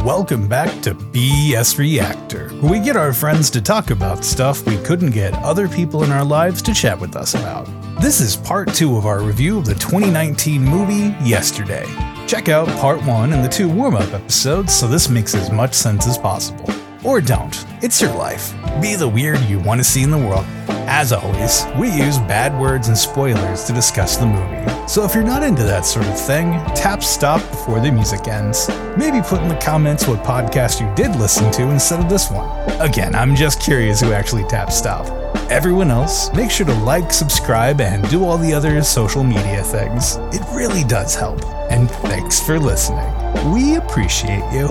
Welcome back to BS Reactor, where we get our friends to talk about stuff we couldn't get other people in our lives to chat with us about. This is part two of our review of the 2019 movie Yesterday. Check out part one and the two warm up episodes so this makes as much sense as possible. Or don't, it's your life. Be the weird you want to see in the world. As always, we use bad words and spoilers to discuss the movie. So if you're not into that sort of thing, tap stop before the music ends. Maybe put in the comments what podcast you did listen to instead of this one. Again, I'm just curious who actually tapped stop. Everyone else, make sure to like, subscribe, and do all the other social media things. It really does help. And thanks for listening. We appreciate you.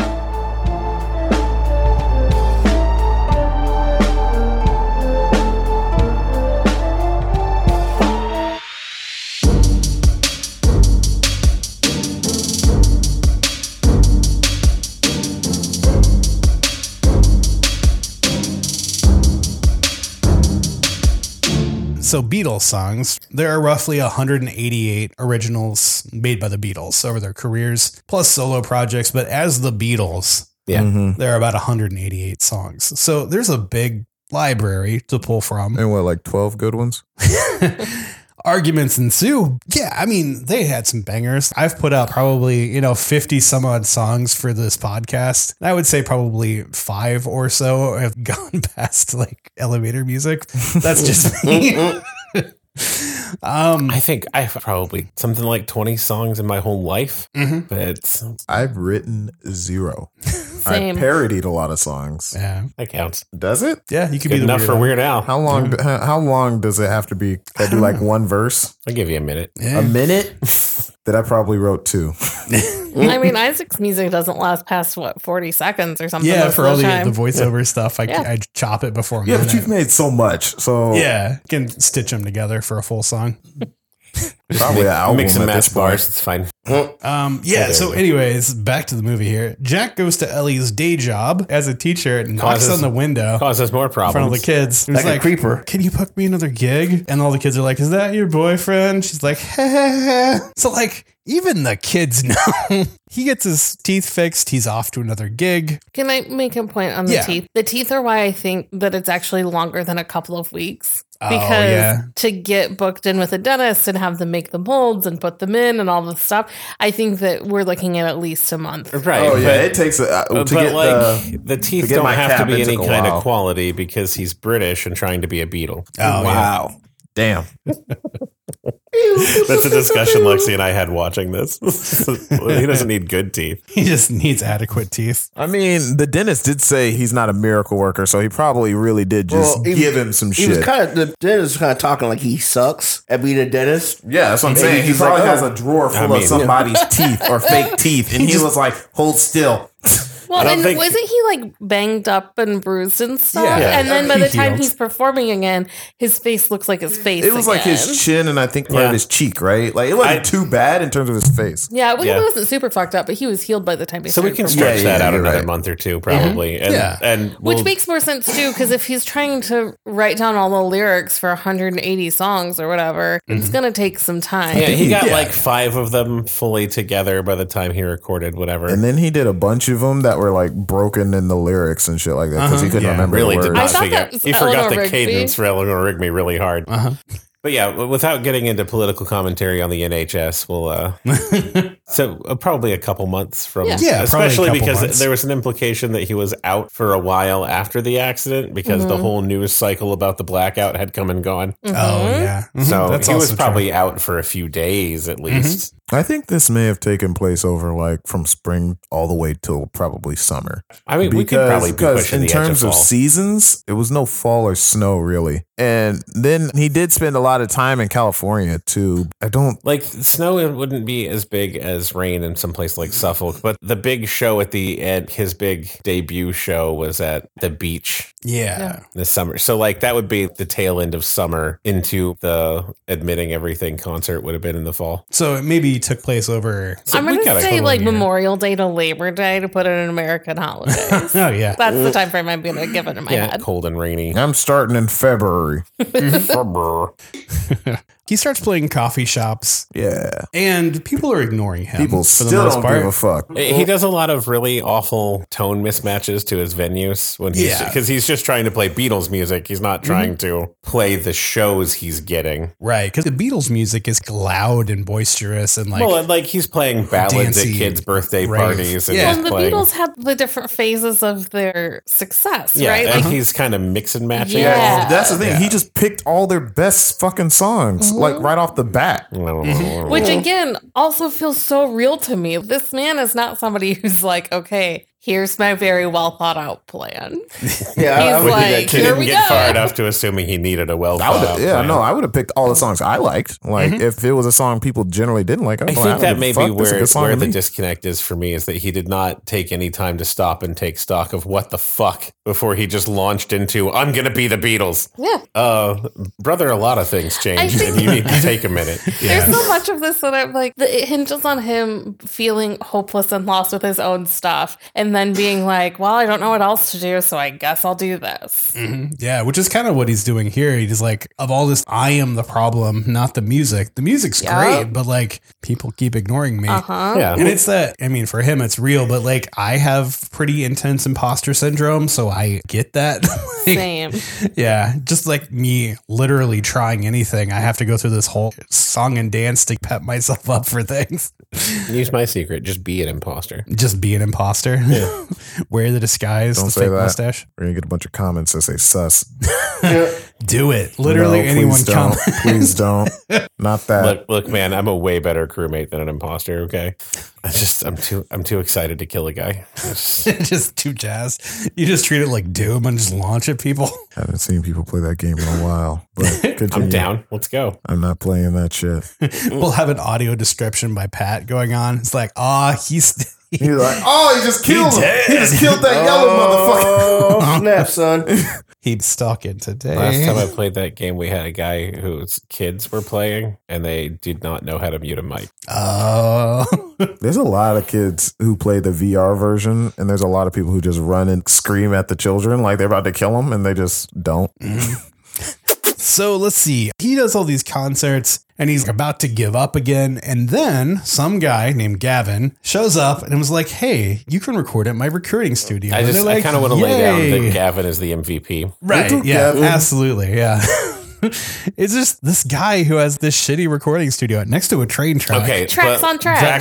So, Beatles songs, there are roughly 188 originals made by the Beatles over their careers, plus solo projects. But as the Beatles, Yeah. Mhm. there are about 188 songs. So, there's a big library to pull from. And what, like 12 good ones? arguments ensue. Yeah, I mean, they had some bangers. I've put out probably, you know, 50 some odd songs for this podcast. And I would say probably five or so have gone past like elevator music. That's just me. um, I think I have probably something like 20 songs in my whole life, mhm. but it's, I've written zero. Same. I parodied a lot of songs. yeah, that counts. Does it? yeah, you could Good be the enough weirdo. for Weird Al. How long? How how long does it have to be? I do like one verse, I'll give you a minute. Yeah. a minute. that I probably wrote two. I mean, Isaac's music doesn't last past what forty seconds or something. yeah, most for all of the, the, the time. voiceover stuff, I, Yeah. I chop it before. I'm Yeah, but in you've it. made so much, so yeah, can stitch them together for a full song. probably an album Mix and at this match point. bars. It's fine. Um, yeah. Okay. So, anyways, back to the movie here. Jack goes to Ellie's day job as a teacher and knocks Causes- on the window Causes more in front of the problems. kids. He's Like a creeper. Can you book me another gig? And all the kids are like, "Is that your boyfriend?" She's like, "So like." Even the kids know. he gets his teeth fixed. He's off to another gig. Can I make a point on the Yeah. teeth? The teeth are why I think that it's actually longer than a couple of weeks. Oh, Because yeah. to get booked in with a dentist and have them make the molds and put them in and all this stuff, I think that we're looking at at least a month. Right. Oh yeah, but- it takes a, uh, But, to but, get like the, the, teeth to get don't my have to cap, be it any took a kind while. of quality because he's British and trying to be a beetle. Oh, wow. Damn. That's a discussion Lexi and I had watching this. he doesn't need good teeth. He just needs adequate teeth. I mean, the dentist did say he's not a miracle worker, so he probably really did just Well, he- give him some He shit. was kind of the dentist was kind of talking like he sucks at being a dentist. yeah, that's what I'm He- saying. He he's probably like, has oh. a drawer full I mean- of somebody's teeth or fake teeth, and he, was like, "Hold still." Well, I don't and think- wasn't he like banged up and bruised and stuff? Yeah. And then by He the time healed. he's performing again, his face looks like his face. It was like again. his chin and I think part Yeah. of his cheek, right? Like it wasn't I- too bad in terms of his face. Yeah, well, Yeah. he wasn't super fucked up, but he was healed by the time he So we started can performing. stretch Yeah, that yeah, out you're another right. month or two, probably. And, Yeah. and Which we'll- makes more sense too, because if he's trying to write down all the lyrics for 180 songs or whatever, it's gonna take some time. Mm-hmm. yeah, he got Yeah. like five of them fully together by the time he recorded whatever. And then he did a bunch of them that were like broken in the lyrics and shit like that because he Uh-huh. couldn't Yeah, remember really the did words. not I thought figure. that was he forgot Eleanor the Rigby. cadence for Eleanor Rigby really hard. Uh But yeah, w- without getting into political commentary on the NHS, we'll uh, huh. so uh, probably a couple months from Yeah. Yeah, probably a especially couple because months. there was an implication that he was out for a while after the accident because the Mhm. whole news cycle about the blackout had come and gone. Mhm. Oh yeah. Mhm. So he was also true. Mm-hmm. probably out for a few days at least. I think this may have taken place over like from spring all the way till probably summer. I mean, we could probably be because pushing in the terms edge of, of fall. seasons, it was no fall or snow really. And then he did spend a lot of time in California too. I don't. like snow, it wouldn't be as big as rain in some place like Suffolk, but the big show at the end, his big debut show was at the beach Yeah. this summer. So like that would be the tail end of summer into the admitting everything concert would have been in the fall. So it maybe took place over. So I'm we gonna gotta- say like year. Memorial Day to Labor Day to put it in American holidays. Oh yeah. That's the time frame I'm gonna give it in my yeah, head. cold and rainy. I'm starting in February. Brr. He starts playing coffee shops, Yeah. and people are ignoring him. People still don't give a fuck. He does a lot of really awful tone mismatches to his venues when he's Yeah. Mm-hmm. because he's just trying to play Beatles music. He's not trying to play the shows he's getting. Right, because the Beatles music is loud and boisterous, and like well, and like he's playing ballads Dancey at kids' birthday rave. parties and Yeah. he's Well, the playing. Beatles had the different phases of their success, yeah, right? and Like, he's kind of mix and matching. Yeah. it. That's the thing. He just picked all their best fucking songs, Mm-hmm. like right off the bat. which again also feels so real to me. This man is not somebody who's like, okay, here's my very well thought out plan. Yeah, He's would do that like, too. He Here didn't we get go. far enough to assuming he needed a well. I thought out would, yeah, plan. no, I would have picked all the songs I liked. Like, if it was a song people generally didn't like, I'd I be like, don't give think that a may fuck. This is be a where, good song where to the me. disconnect is for me is that he did not take any time to stop and take stock of what the fuck before he just launched into I'm gonna be the Beatles. Yeah. Uh, brother, a lot of things change, think- and you need to take a minute. There's so much of this that I'm like, the, it hinges on him feeling hopeless and lost with his own stuff, and then being like, well, I don't know what else to do, so I guess I'll do this. Mm. Mm-hmm. Yeah, which is kind of what he's doing here. He's like, of all this, I am the problem, not the music. The music's Yeah. great, but like people keep ignoring me. Uh huh. Yeah, And it's that, I mean, for him, it's real, but like I have pretty intense imposter syndrome, so I get that. Like, Same. yeah, just like me literally trying anything, I have to go through this whole song and dance to pep myself up for things. use my secret. Just be an imposter. Just be an imposter, wear the disguise, Don't the say fake that. mustache. We're going to get a bunch of comments that say sus. Do it. Literally, No, please anyone don't. come. Please don't. Not that. Look, look, man, I'm a way better crewmate than an imposter. Okay, I just I'm too I'm too excited to kill a guy. just too jazzed. You just treat it like doom and just launch at people. I haven't seen people play that game in a while. But I'm continue. down. Let's go. I'm not playing that shit. We'll have an audio description by Pat going on. It's like, ah, he's He's like, oh, he just killed him. dead. He just killed that yellow motherfucker. Oh, snap, son. he's stalking today. Last time I played that game, we had a guy whose kids were playing, and they did not know how to mute a mic. oh, There's a lot of kids who play the VR version, and there's a lot of people who just run and scream at the children like they're about to kill them, and they just don't. so let's see. He does all these concerts and he's about to give up again. And then some guy named Gavin shows up and was like, hey, you can record at my recording studio. I And just they're I like, kind of want to lay down "Yay." that Gavin is the MVP. Right. Little yeah. Gavin. Absolutely. Yeah. it's just this guy who has this shitty recording studio next to a train track. Okay, Tracks but- on tracks. Track-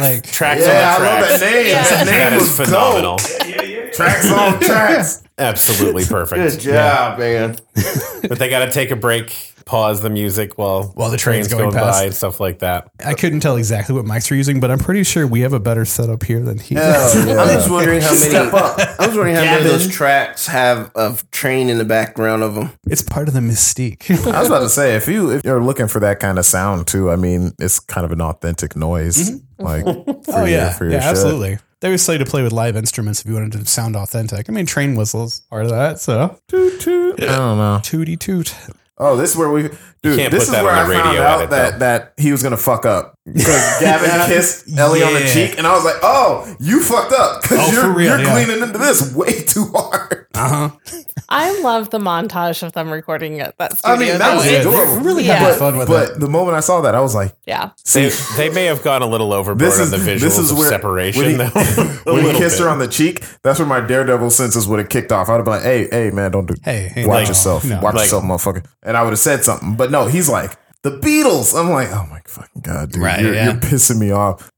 Like- Tracks, tracks on the tracks. name. Yeah. That is was phenomenal. dope. Tracks on tracks. Absolutely Good perfect. job, man. but they got to take a break, pause the music while While the train's going past. by and stuff like that. I couldn't tell exactly what mics were using, but I'm pretty sure we have a better setup here than he does. Oh, I'm just wondering how many. Step up. I was wondering how many of Gavin. those tracks have of train in the background of them. It's part of the mystique. I was about to say if you if you're looking for that kind of sound too, I mean it's kind of an authentic noise. Like for oh your- yeah, for your yeah, shit. absolutely. They always say to play with live instruments if you wanted to sound authentic. I mean, train whistles part of that. So Toot, toot. I don't know. tooty toot. Oh, this is where we dude. can't This put is that where I on the found radio out edit, that that he was gonna fuck up because Gavin kissed Ellie on the Yeah. cheek, and I was like, "Oh, you fucked up because Oh, for you're real, you're yeah. leaning into this way too hard." Uh huh. I love the montage of them recording at that I studio. mean, that was Yeah, they adorable. really Yeah. having fun with but it. the moment I saw that, I was like, yeah. They, they may have gone a little overboard This is- on the visuals this is of where- separation, when he- though. A when he little kissed bit. her on the cheek, that's where my daredevil senses would have kicked off. I'd have been like, "Hey, hey, man, don't do. Hey, hey, watch no, yourself, no. watch Like- yourself, motherfucker." And I would have said something, but no, he's like the Beatles. I'm like, "Oh my fucking god, dude, Right, you're, yeah. you're pissing me off."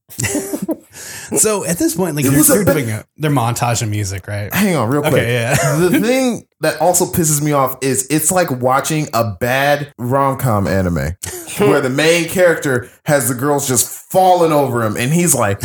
So at this point, like It they're, was a they're bit- doing a, their montage of music, right? Hang on, real quick. Okay, yeah. the thing that also pisses me off is it's like watching a bad rom com anime where the main character has the girls just falling over him, and he's like,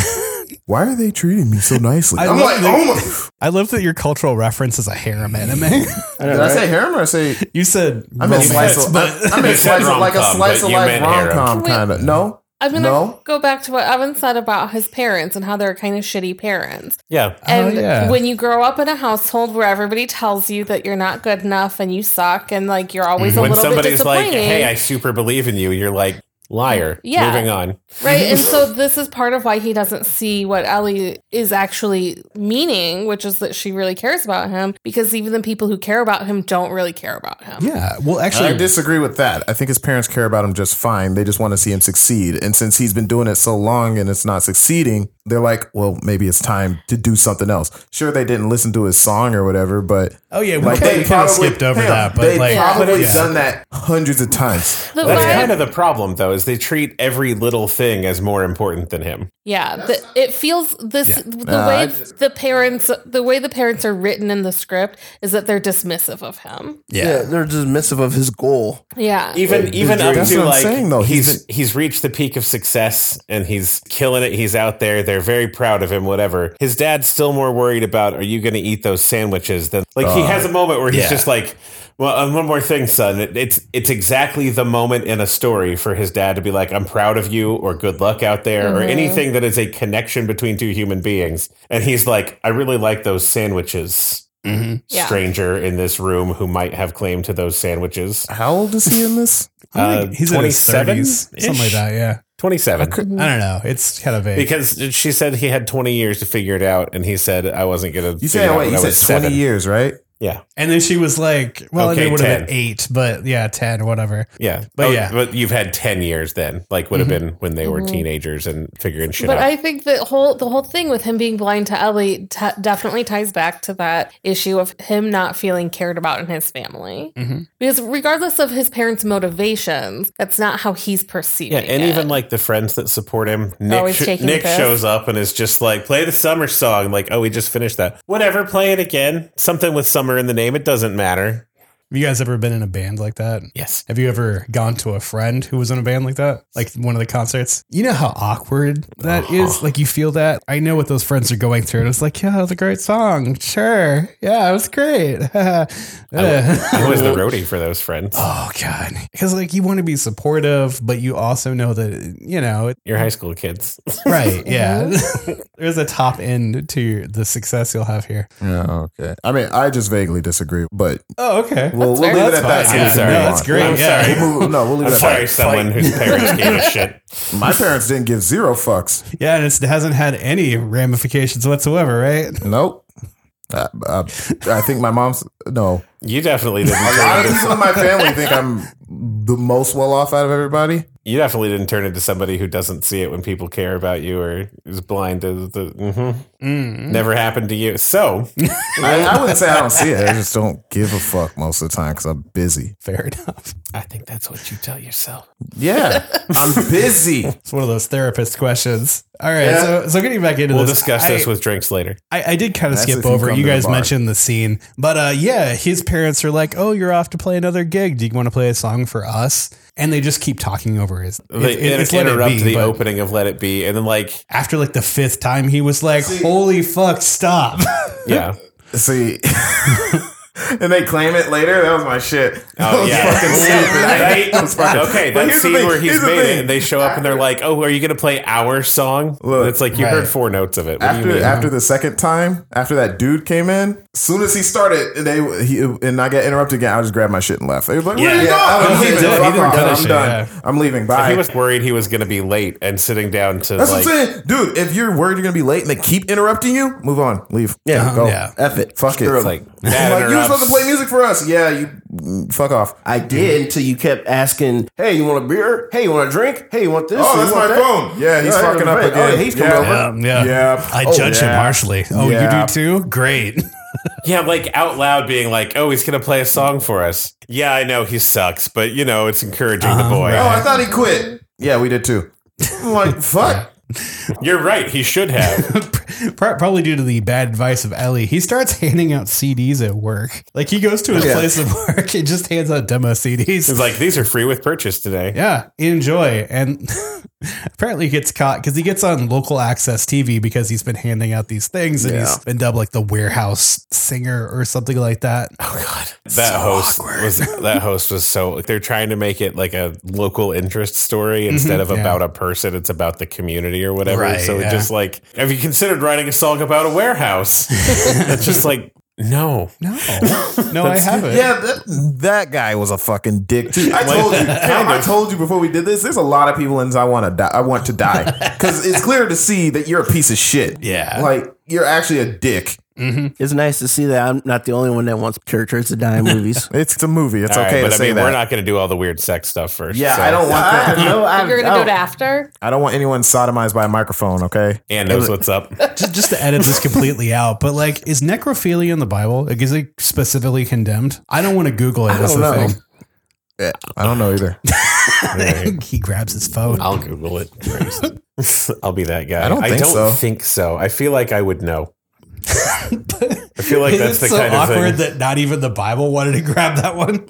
"Why are they treating me so nicely?" I I'm love like, the- "Oh my!" I love that your cultural reference is a harem anime. Did I say harem or I say? you said I romance, meant slice of, but- I meant You said slice of like a rom-com, slice but of you life meant rom harem. com kind of. No, I'm gonna No? go back to what Evan said about his parents and how they're kind of shitty parents. yeah. Oh, And yeah. when you grow up in a household where everybody tells you that you're not good enough and you suck and like you're always a Mm. When little bit somebody's like, disappointing. "Hey, I super believe in you," you're like, Liar. Yeah. Moving on. Right. And so this is part of why he doesn't see what Ellie is actually meaning, which is that she really cares about him because even the people who care about him don't really care about him. Yeah. Well, I actually, disagree with that. I think his parents care about him just fine. They just want to see him succeed. And since he's been doing it so long and it's not succeeding, they're like, well, maybe it's time to do something else. Sure, they didn't listen to his song or whatever, but oh yeah, we like kind they of probably skipped over hang on, that, but they like, probably yeah. done that hundreds of times. The That's vibe- kind of the problem, though, is they treat every little thing as more important than him. Yeah, the, it feels this Yeah. the Nah, way I the parents the way the parents are written in the script is that they're dismissive of him. Yeah, they're dismissive of his goal. Yeah. Even even up That's to what I'm like saying, though. he's He's- he's, reached the peak of success and he's killing it. He's out there. They're very proud of him. Whatever. His dad's still more worried about are you going to eat those sandwiches than like he Uh, has a moment where he's yeah. just like. Well, and one more thing, son. It, it's it's exactly the moment in a story for his dad to be like, "I'm proud of you," or "Good luck out there," or anything that is a connection between two human beings. And he's like, "I really like those sandwiches." Mhm. Yeah. Stranger in this room who might have claim to those sandwiches. How old is he in this? I think he's Uh, in his 27 thirties, something like -ish? that. Yeah. I 27. don't know. It's kind of vague. Because she said he had 20 years to figure it out, and he said, I wasn't going to. You said, wait, you said 20 years, right? Yeah. And then she was like, well, Okay, they would have 10. been eight, but yeah, 10, whatever. Yeah. But yeah. But you've had 10 years then, like would have been when they were Mhm. teenagers and figuring shit But out. I think the whole the whole thing with him being blind to Ellie t- definitely ties back to that issue of him not feeling cared about in his family. Mm-hmm. Mhm. Because regardless of his parents' motivations, that's not how he's perceived. yeah. And even like the friends that support him, Nick, Always sh- taking Nick the piss. shows up and is just like, play the summer song. Like, oh, we just finished that. Whatever, play it again. Something with summer in the name. It doesn't matter. Have you guys ever been in a band like that? Yes. Have you ever gone to a friend who was in a band like that? Like one of the concerts? You know how awkward that is. Like you feel that. I know what those friends are going through. And it's like, yeah, that was a great song. Sure. Yeah, it was great. I was the roadie for those friends. oh, God. Because like you want to be supportive, but you also know that, you know, it, Your high school kids. right. Yeah. There's a top end to the success you'll have here. Yeah, okay. I mean, I just vaguely disagree, but Oh, okay. we'll, we'll fair. leave it That's at that. fine. so we Yeah, can sorry. that's great. yeah. move on. We'll move- No, I'm sorry. no, we'll leave I'm it at sorry, that. someone whose parents gave a shit. My parents didn't give zero fucks. Yeah, and it hasn't had any ramifications whatsoever, right? Nope. Uh, uh, I think my mom's no. You definitely didn't. A turn lot of into, people in my family think I'm the most well off out of everybody. you definitely didn't turn into somebody who doesn't see it when people care about you or is blind to the. mhm. Never happened to you. So I, I wouldn't say I don't see it. I just don't give a fuck most of the time because I'm busy. Fair enough. I think that's what you tell yourself. Yeah, I'm busy. It's one of those therapist questions. All right, so so getting back into We'll this, discuss I, this with drinks later. I, I did kind of That's skip if you over. come You to the guys bar. mentioned the scene, but uh, yeah, his parents are like, "Oh, you're off to play another gig. Do you want to play a song for us?" And they just keep talking over his. They it- it- it's Let It interrupt Be, the but opening of "Let It Be" and then like, After like the fifth time, he was like, "Holy fuck, stop!" yeah, See, and they claim it later. That was my shit. That oh was yeah, fucking stupid. Right? That was fucking- okay. But That here's the scene thing, where here's he's the made thing. it, and they show up and they're like, "Oh, are you going to play our song?" Look, it's like you right. heard four notes of it. What do you after mean? after the second time, after that dude came in, soon as he started, they he, and I got interrupted again. I just grabbed my shit and left. It was like, where Yeah. Oh, you I was gonna going? I'm leaving. Yeah, say, he Fuck didn't off. finish I'm it, done. yeah. I'm leaving. Bye. he was worried he was going to be late and sitting down to That's like what I'm saying, dude. If you're worried you're gonna be late and they keep interrupting you, move on, leave. Yeah. go. Yeah. F it. Fuck it. Screw 'em. like, I'm "Dad like, you were supposed interrupts." to play music for us. Yeah, you mm, fuck off. I did until you kept asking, hey, you want a beer? Hey, you want a drink? Hey, you want this? Oh, You that's want my that?" phone. Yeah, he's Yeah, fucking up right. again. Oh, he's coming yeah. over. Um, yeah, Yeah. I Oh, judge him yeah. harshly. Oh, Yeah. you do too? Great. Yeah, like out loud being like, oh, he's going to play a song for us. Yeah, I know he sucks, but you know, it's encouraging the boy. Oh, I thought he quit. Yeah, we did too. I'm like, fuck. You're right. He should have. Pro- Probably due to the bad advice of Ellie, he starts handing out CDs at work. Like he goes to his Yeah. place of work and just hands out demo CDs. He's like, these are free with purchase today. Yeah, enjoy. And apparently he gets caught because he gets on local access TV because he's been handing out these things and he's been dubbed like the warehouse singer or something like that. Oh god. That host was that host was so like they're trying to make it like a local interest story Mm-hmm, instead of yeah. about a person, it's about the community or whatever. Right, so it yeah. just like, have you considered writing a song about a warehouse? it's just like No. No, no, I haven't. Yeah, that, that guy was a fucking dick too. I told you. Tom, I told you before we did this. There's a lot of people in I want to die. I want to die because it's clear to see that you're a piece of shit. Yeah. like you're actually a dick. It's nice to see that I'm not the only one that wants characters to die in movies. It's a movie. It's All right, okay but to I say mean, that. we're not going to do all the weird sex stuff first. yeah, so- I don't want that. no, I, You're gonna go to after? I don't want anyone sodomized by a microphone. Okay. Anne knows what's up. just, just to edit this completely out, but like, is necrophilia in the Bible? Like, is it specifically condemned? I don't want to Google it. I don't know. Yeah, I don't know either. he grabs his phone. I'll Google it. I'll be that guy. I don't think so. think so. I feel like I would know. I feel like that's it's the so kind of awkward thing. that not even the Bible wanted to grab that one.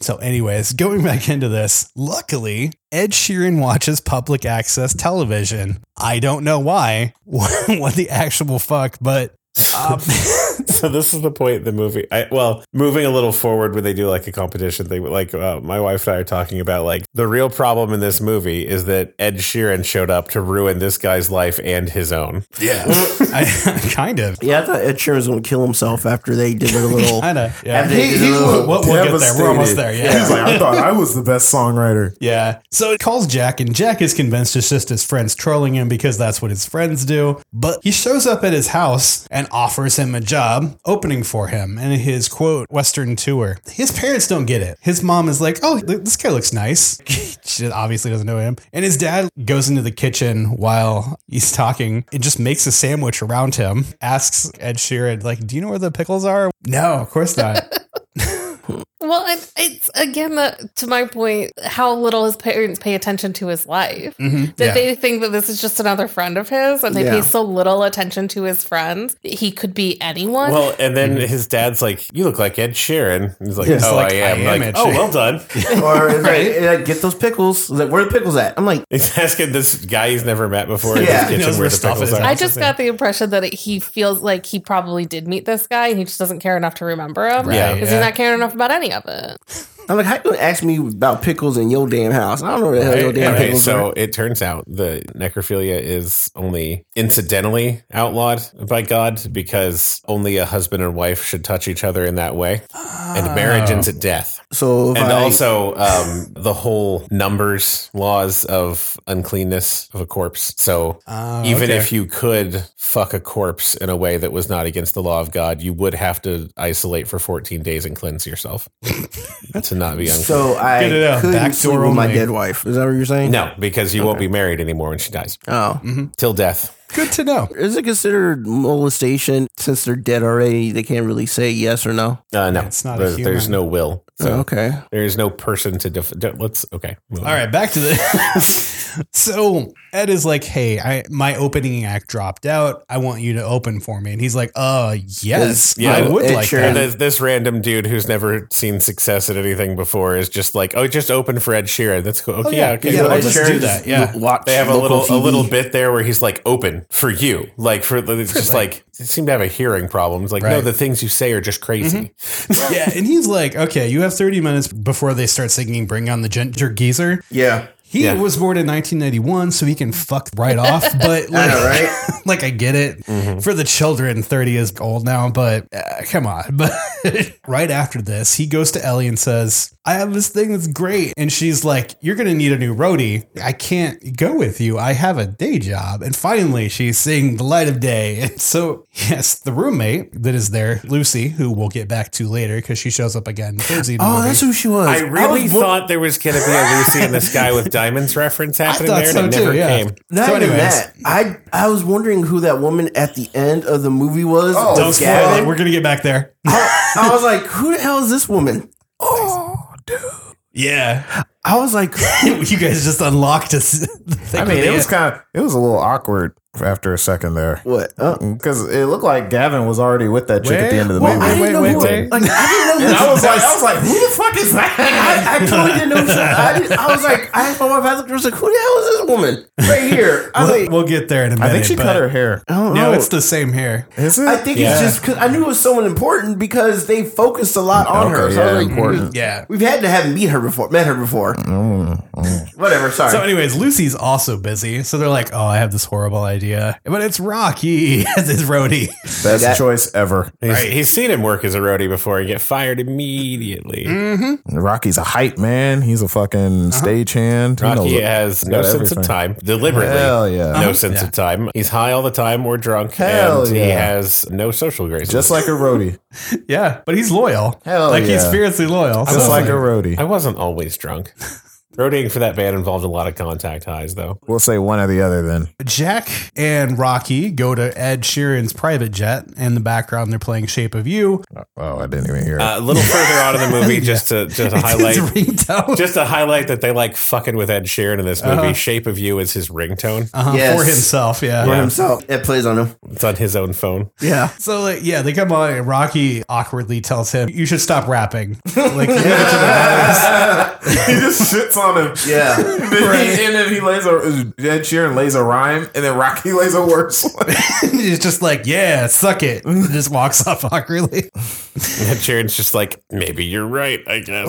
So, anyways, going back into this, luckily, Ed Sheeran watches public access television. I don't know why, what the actual fuck, but um, so this is the point of the movie. I, well, moving a little forward when they do like a competition thing, like uh, my wife and I are talking about like the real problem in this movie is that Ed Sheeran showed up to ruin this guy's life and his own. I, kind of, yeah, I thought Ed Sheeran was going to kill himself after they did their little. kind of, yeah. After they did their little- We'll- we'll get there. We're almost Devastated. there, yeah. He's like, I thought I was the best songwriter. Yeah. So it calls Jack, and Jack is convinced it's just his friends trolling him because that's what his friends do. But he shows up at his house and offers him a job opening for him in his quote, Western tour. His parents don't get it. His mom is like, Oh, th- this guy looks nice. she obviously doesn't know him. And his dad goes into the kitchen while he's talking and just makes a sandwich around him, asks Ed Sheeran, like, Do you know where the pickles are? No, of course not. Well, and it's again the, to my point how little his parents pay attention to his life. Mm-hmm. That Yeah. they think that this is just another friend of his, and they Yeah. pay so little attention to his friends. He could be anyone. Well, and then his dad's like, "You look like Ed Sheeran." He's like, Yes. "Oh, Mm-hmm. Like, I I am." am like, Ed "Oh, Sheeran." well done." or it's like, yeah, get those pickles. It's like, where are the pickles at? I'm like, He's asking this guy he's never met before in Yeah. He his knows kitchen where where the stuff pickles is. are. I just got the impression that he feels like he probably did meet this guy, and he just doesn't care enough to remember him. Right, because yeah. he's not caring enough about any of it. I'm like, how you gonna ask me about pickles in your damn house? I don't know where the hell your Right? damn Okay, pickles so are. it turns out the necrophilia is only incidentally outlawed by God because only a husband and wife should touch each other in that way, and marriage ends at death. So if And I, also um, the whole numbers laws of uncleanness of a corpse. So Oh, even okay. if you could fuck a corpse in a way that was not against the law of God, you would have to isolate for 14 days and cleanse yourself to not be unclean. so Get it I uh, out. Back couldn't sleep door with my only. dead wife. Is that what you're saying? no, Mm-hmm. because you won't be married anymore when she dies. Oh, Till death. Good to know. is it considered molestation since they're dead already? They can't really say yes or no. Uh, no, It's not a There- there's human. no will. So Oh, okay. there is no person to def- de- let's okay. move All on. right, back to the. so Ed is like, "Hey, I my opening act dropped out. I want you to open for me." And he's like, "Uh, yes, Yeah, I would Ed like Sheeran. And that." this, this random dude who's never seen success at anything before is just like, oh, just open for Ed Sheeran. That's cool. Okay, Oh, yeah. yeah, okay. Yeah, cool. I'll Ed just Sheeran do that. Yeah. Watch They have a local little a TV. little bit there where he's like open for you, like for it's just like, they seem to have a hearing problem. It's like no, Right. the things you say are just crazy. Mm-hmm. yeah, and he's like, "Okay, you have thirty minutes before they start singing Bring On the Ginger Geezer." Yeah. He Yeah. was born in 1991, so he can fuck right off. But like, right? like I get it for the children. 30 is old now, but uh, come on. But right after this, he goes to Ellie and says, "I have this thing that's great," and she's like, "You're gonna need a new roadie. I can't go with you. I have a day job." And finally, she's seeing the light of day. And so, yes, the roommate that is there, Lucy, who we'll get back to later because she shows up again. in the Thursday Oh, movie. that's who she was. I really was wo- thought there was going to be a Lucy in the Sky with Diamonds reference happening thought there, so and it too, never yeah. came. Not So even anyways. that. I I was wondering who that woman at the end of the movie was. Oh, the Don't spoil Gavin. it. We're gonna get back there. I, I was like, who the hell is this woman? Yeah. I was like, you guys just unlocked us. I mean, it was kind of it was a little awkward after a second there what? Uh, because it looked like Gavin was already with that chick at the end of the Well, movie. I didn't Wait, know wait, who- wait. Like, I didn't know who And I was like, I was like, who the fuck is that? I, I totally didn't know. who she- I, didn't, I was like, I had my wife. I was like, who the hell is this woman right here. I We'll, mean, we'll get there in a minute. I think she but- cut her hair. I don't No, know. it's the same hair. Is it? I think Yeah. it's just because I knew it was someone important because they focused a lot on her. Okay, So I was yeah, like, hmm, important. Yeah. We've had to have meet her before, met her before. Whatever. Sorry. So, anyways, Lucy's also busy, so they're like, "Oh, I have this horrible idea," but it's Rocky as his roadie. Best that- choice ever. He's, he's seen him work as a roadie before and get fired immediately. Rocky's a hype man. He's a fucking stagehand. He knows- Rocky has no got sense everything. of time, deliberately. Hell yeah. No sense of time. He's high all the time or drunk, Hell and he yeah. has no social graces. Just like a roadie. yeah, but he's loyal. Hell like he's yeah. fiercely loyal. So Just it's like a roadie. I wasn't always drunk. Roadieing for that band involved a lot of contact highs, though. We'll say one or the other then. Jack and Rocky go to Ed Sheeran's private jet. In the background, they're playing "Shape of You." Oh, I didn't even hear it. Uh, a little further on in the movie, just to just to highlight, It's ringtone. just to highlight that they like fucking with Ed Sheeran in this movie. Uh-huh. Shape of You is his ringtone. Uh-huh, Yes. For himself, yeah. For himself. It plays on him. It's on his own phone. Yeah. So like, yeah, they come on and Rocky awkwardly tells him, "You should stop rapping." Like, leave it to the he just shits on him. Yeah. And then, he, and then he lays a Ed Sheeran lays a rhyme, and then Rocky lays a worse. one. boys. he's just like, "Yeah, suck it," and just walks off awkwardly. And Ed Sheeran's just like, maybe you're right. I guess.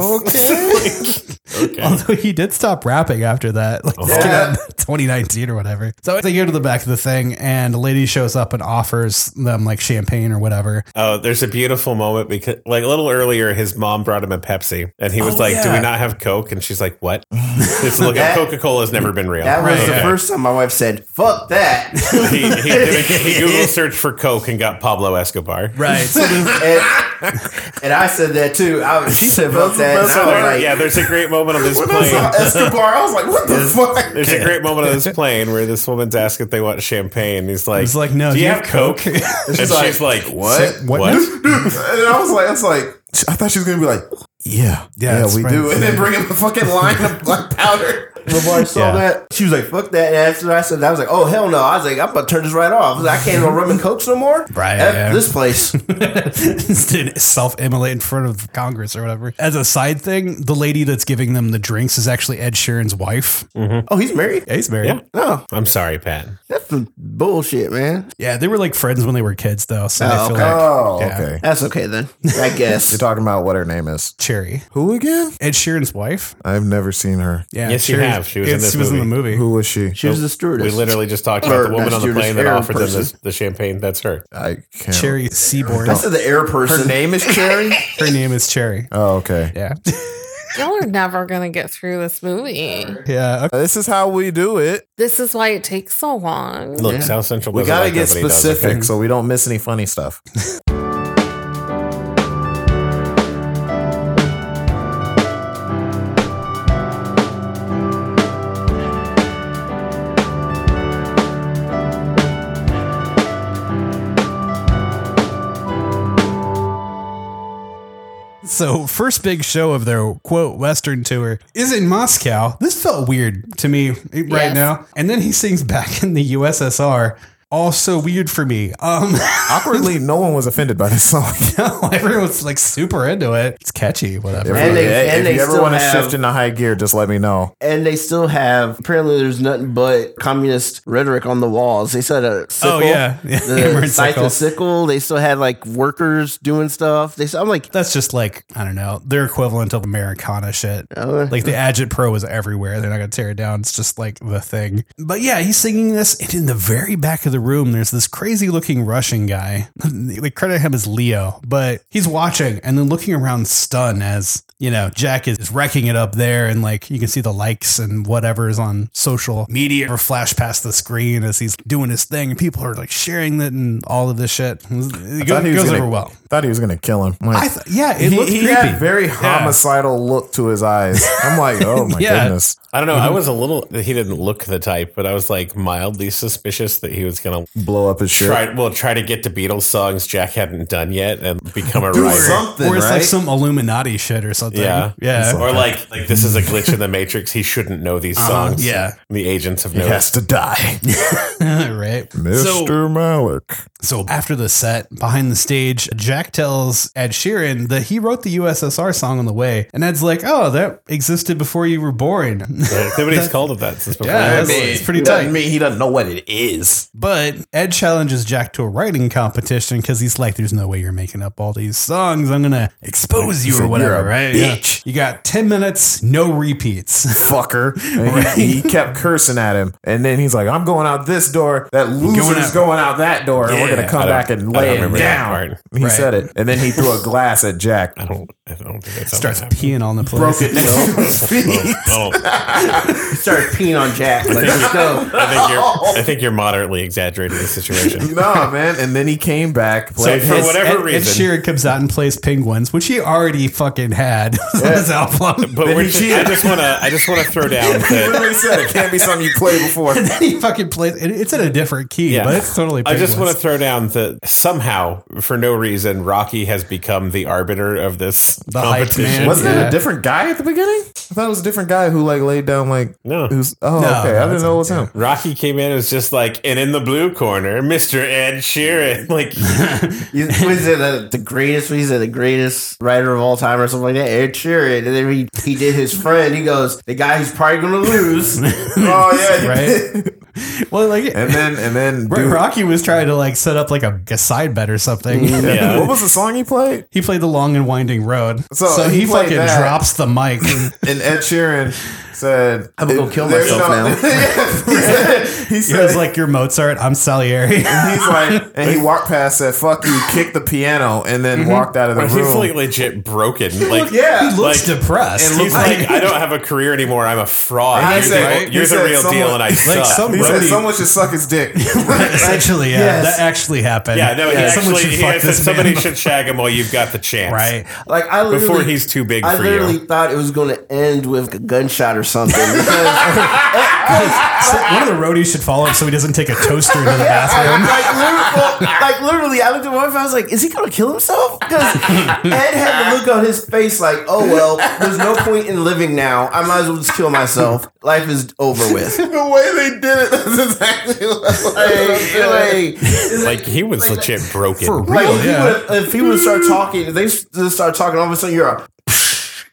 Although he did stop rapping after that, like this came out in 2019 or whatever. So they go to the back of the thing, and a lady shows up and offers them like champagne or whatever. Oh, there's a beautiful moment because, like, a little earlier, his mom brought him a Pepsi, and he was like, "Do we not have Coke?" And she's like, "What?" It's look, That- Coca Cola has never been real. That was the Okay. first time my wife said, fuck that. He, he, did a- he Google searched for Coke and got Pablo Escobar. Right. So there's- and, and I said that too. I was, she said, fuck that. And So there- I was like, yeah, there's a great moment on this When I saw plane. Escobar, I was like, "What the fuck?" There's a great moment on this plane where this woman's asked if they want champagne. He's like, He's like, "No, do you have Coke?" and she's like, "What? What? and I was like, I was like, I thought she was gonna be like, "Yeah, Yeah, yeah, it's we right. do," and then bring up the fucking line of black powder. Before I saw Yeah. that, she was like, fuck that. And after I said that, I was like, oh, hell no. I was like, I'm about to turn this right off. I, was like, I can't no rum and cokes no more. Right, F yeah. This place. did self-immolate in front of Congress or whatever. As a side thing, the lady that's giving them the drinks is actually Ed Sheeran's wife. Oh, he's married? Yeah, he's married. Yeah. Oh, No. I'm sorry, Pat. That's some bullshit, man. Yeah, they were like friends when they were kids, though. So I Oh, feel okay. like Oh, Yeah. okay. That's okay then. I You're guess. talking about what her name is. Cherry, Who again? Ed Sheeran's wife. I've never seen her. Yeah, Yes, you Cherry's- have. She was in it's- this she was in the movie. movie. Who was she? She was the stewardess. We literally just talked about Or the woman that's on the Judas plane that Arab offered them person. the, the champagne. That's her. I can't. Cherry Seaborn. I said the air person. Her name is Cherry. Her name is Cherry. oh, okay. Yeah. Y'all are never gonna get through this movie. yeah. Okay. This is how we do it. This is why it takes so long. Look, South Central. We doesn't gotta like get nobody does, okay? specific so we don't miss any funny stuff. So, first big show of their quote Western tour is in Moscow. This felt weird to me right Yes. now. And then he sings back in the USSR. Also weird for me. Um, Awkwardly, no one was offended by this song. everyone's like super into it. It's catchy, whatever. And they- If- and if they you ever still want to have- shift into high gear, just let me know. and they still have apparently there's nothing but communist rhetoric on the walls. They said a sickle, Oh, yeah. Yeah, hammer the and scythe sickle. and sickle. They still had like workers doing stuff. They, I'm like, That's just like I don't know their equivalent of Americana shit. Uh, Oh. Like the Agitpro is everywhere. They're not gonna tear it down. It's just like the thing. But yeah, he's singing this, and in the very back of the room, there's this crazy looking Russian guy. they credit him as Leo, but he's watching and then looking around stunned as you know Jack is wrecking it up there, and like you can see the likes and whatever is on social media or flash past the screen as he's doing his thing, and people are like sharing it and all of this shit. It goes, thought he was goes gonna- over well. Thought he was gonna kill him. Like, I th- yeah, it he, looked he creepy. had very Yeah. homicidal look to his eyes. I'm like, oh my Yeah. goodness. I don't know. I was a little. He didn't look the type, but I was like mildly suspicious that he was gonna Blow up his shit. try. Well, try to get to Beatles songs Jack hadn't done yet and become a writer. something, or it's like right? some Illuminati shit or something. Yeah. yeah, Or like, like this is a glitch in the Matrix. He shouldn't know these songs. yeah. the agents have He noticed. has to die. right. Mr. So, Malik. so after the set, behind the stage, Jack tells Ed Sheeran that he wrote the USSR song on the way, and Ed's like, "Oh, that existed before you were born." Like, nobody's called it that since before. Yeah, I that's- mean, it's pretty it doesn't tight. mean he doesn't know what it is. But Ed challenges Jack to a writing competition because he's like, "There's no way you're making up all these songs. I'm gonna expose you said, or whatever, "You're a right? bitch." Yeah. You got ten minutes, no repeats. Fucker. And he, he kept cursing at him. And then he's like, I'm going out this door. That loser's out- going out that door. and we're Yeah, going to come I don't- back and I don't lay him remember that down. part. He Right. said it. And then he threw a glass at Jack. I don't. I don't think that's Starts how that peeing on the place. Broke it next to his feet. happened. I don't- He started peeing on Jack. Like, let's go. I think you're. I think you're moderately exaggerating the situation. No, man. And then he came back. So Played for his, Ed, whatever Ed reason, Sheeran comes out and plays penguins, which he already fucking had on his album. but Then we're he just, I cheated. just want to. I just want to throw down he that. literally said it can't be something you played before. he fucking plays. It, it's in a different key, Yeah. but it's totally. I Penguins. just want to throw down that somehow, for no reason, Rocky has become the arbiter of this The hype competition. man. Wasn't it Yeah. a different guy at the beginning? I thought it was a different guy who like laid down like No. who's oh No, okay I didn't know it was him. Rocky came in and was just like, and in the blue corner, Mr. Ed Sheeran. Like, He's, was it uh, the greatest? Was he the greatest writer of all time or something like that? Ed Sheeran. And then he, he did his friend. He goes, the guy who's probably going to lose. Oh yeah, Right? Well, like And then and then Ro- dude, Rocky was trying to like set up like a, a side bet or something. Mm, yeah. what was the song he played? He played the long and winding road, so, So he, he played fucking that. drops the mic. And Ed Sheeran said, I'm gonna go kill "There's myself no-" now. Yeah, he he said, was like, "You're Mozart, I'm Salieri." he's like, and he walked past, said, "Fuck you," kicked the piano, and then walked out of the he's Mm-hmm. like room. legit broken. Like, Yeah, he looks like- depressed. He's like, I don't have a career anymore. I'm a fraud. And he You're, said- the, right? you're he the said real someone- deal, and I like suck. some- He said, Brody- "Someone should suck his dick." Essentially, yeah, Yes. that actually happened. yeah, no, he someone actually, should he fuck said this man. somebody should shag him while you've got the chance. right. Like I literally- Before he's too big I for literally you. thought it was going to end with a gunshot or something. Because, So one of the roadies should follow him so he doesn't take a toaster into the bathroom. like, literally, like literally, I looked at my wife. I was like, "Is he going to kill himself?" Because Ed had the look on his face, like, "Oh well, there's no point in living now. I might as well just kill myself. Life is over with." the way they did it, that's exactly what I Like, Like, he was legit broken. For real, Like if, yeah. he would, if he would start talking, if they s- just start talking. All of a sudden, you're a.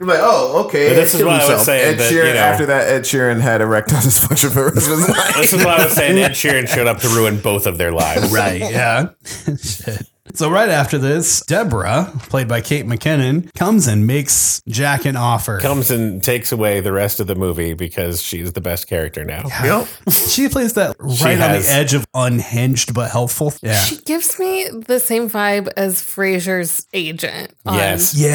You're like, oh, okay. But this is Kill why I was himself. Ed saying that, Sheeran. you know, After that, Ed Sheeran had erectile dysfunction for the rest of his life. this is why I was saying Ed Sheeran showed up to ruin both of their lives. right. Yeah. Shit. So right after this, Deborah, played by Kate McKinnon, comes and makes Jack an offer. Comes and takes away the rest of the movie because she's the best character now. She plays that right on has- the edge of unhinged but helpful. Yeah. She gives me the same vibe as Frasier's agent. on- Yes. Yeah,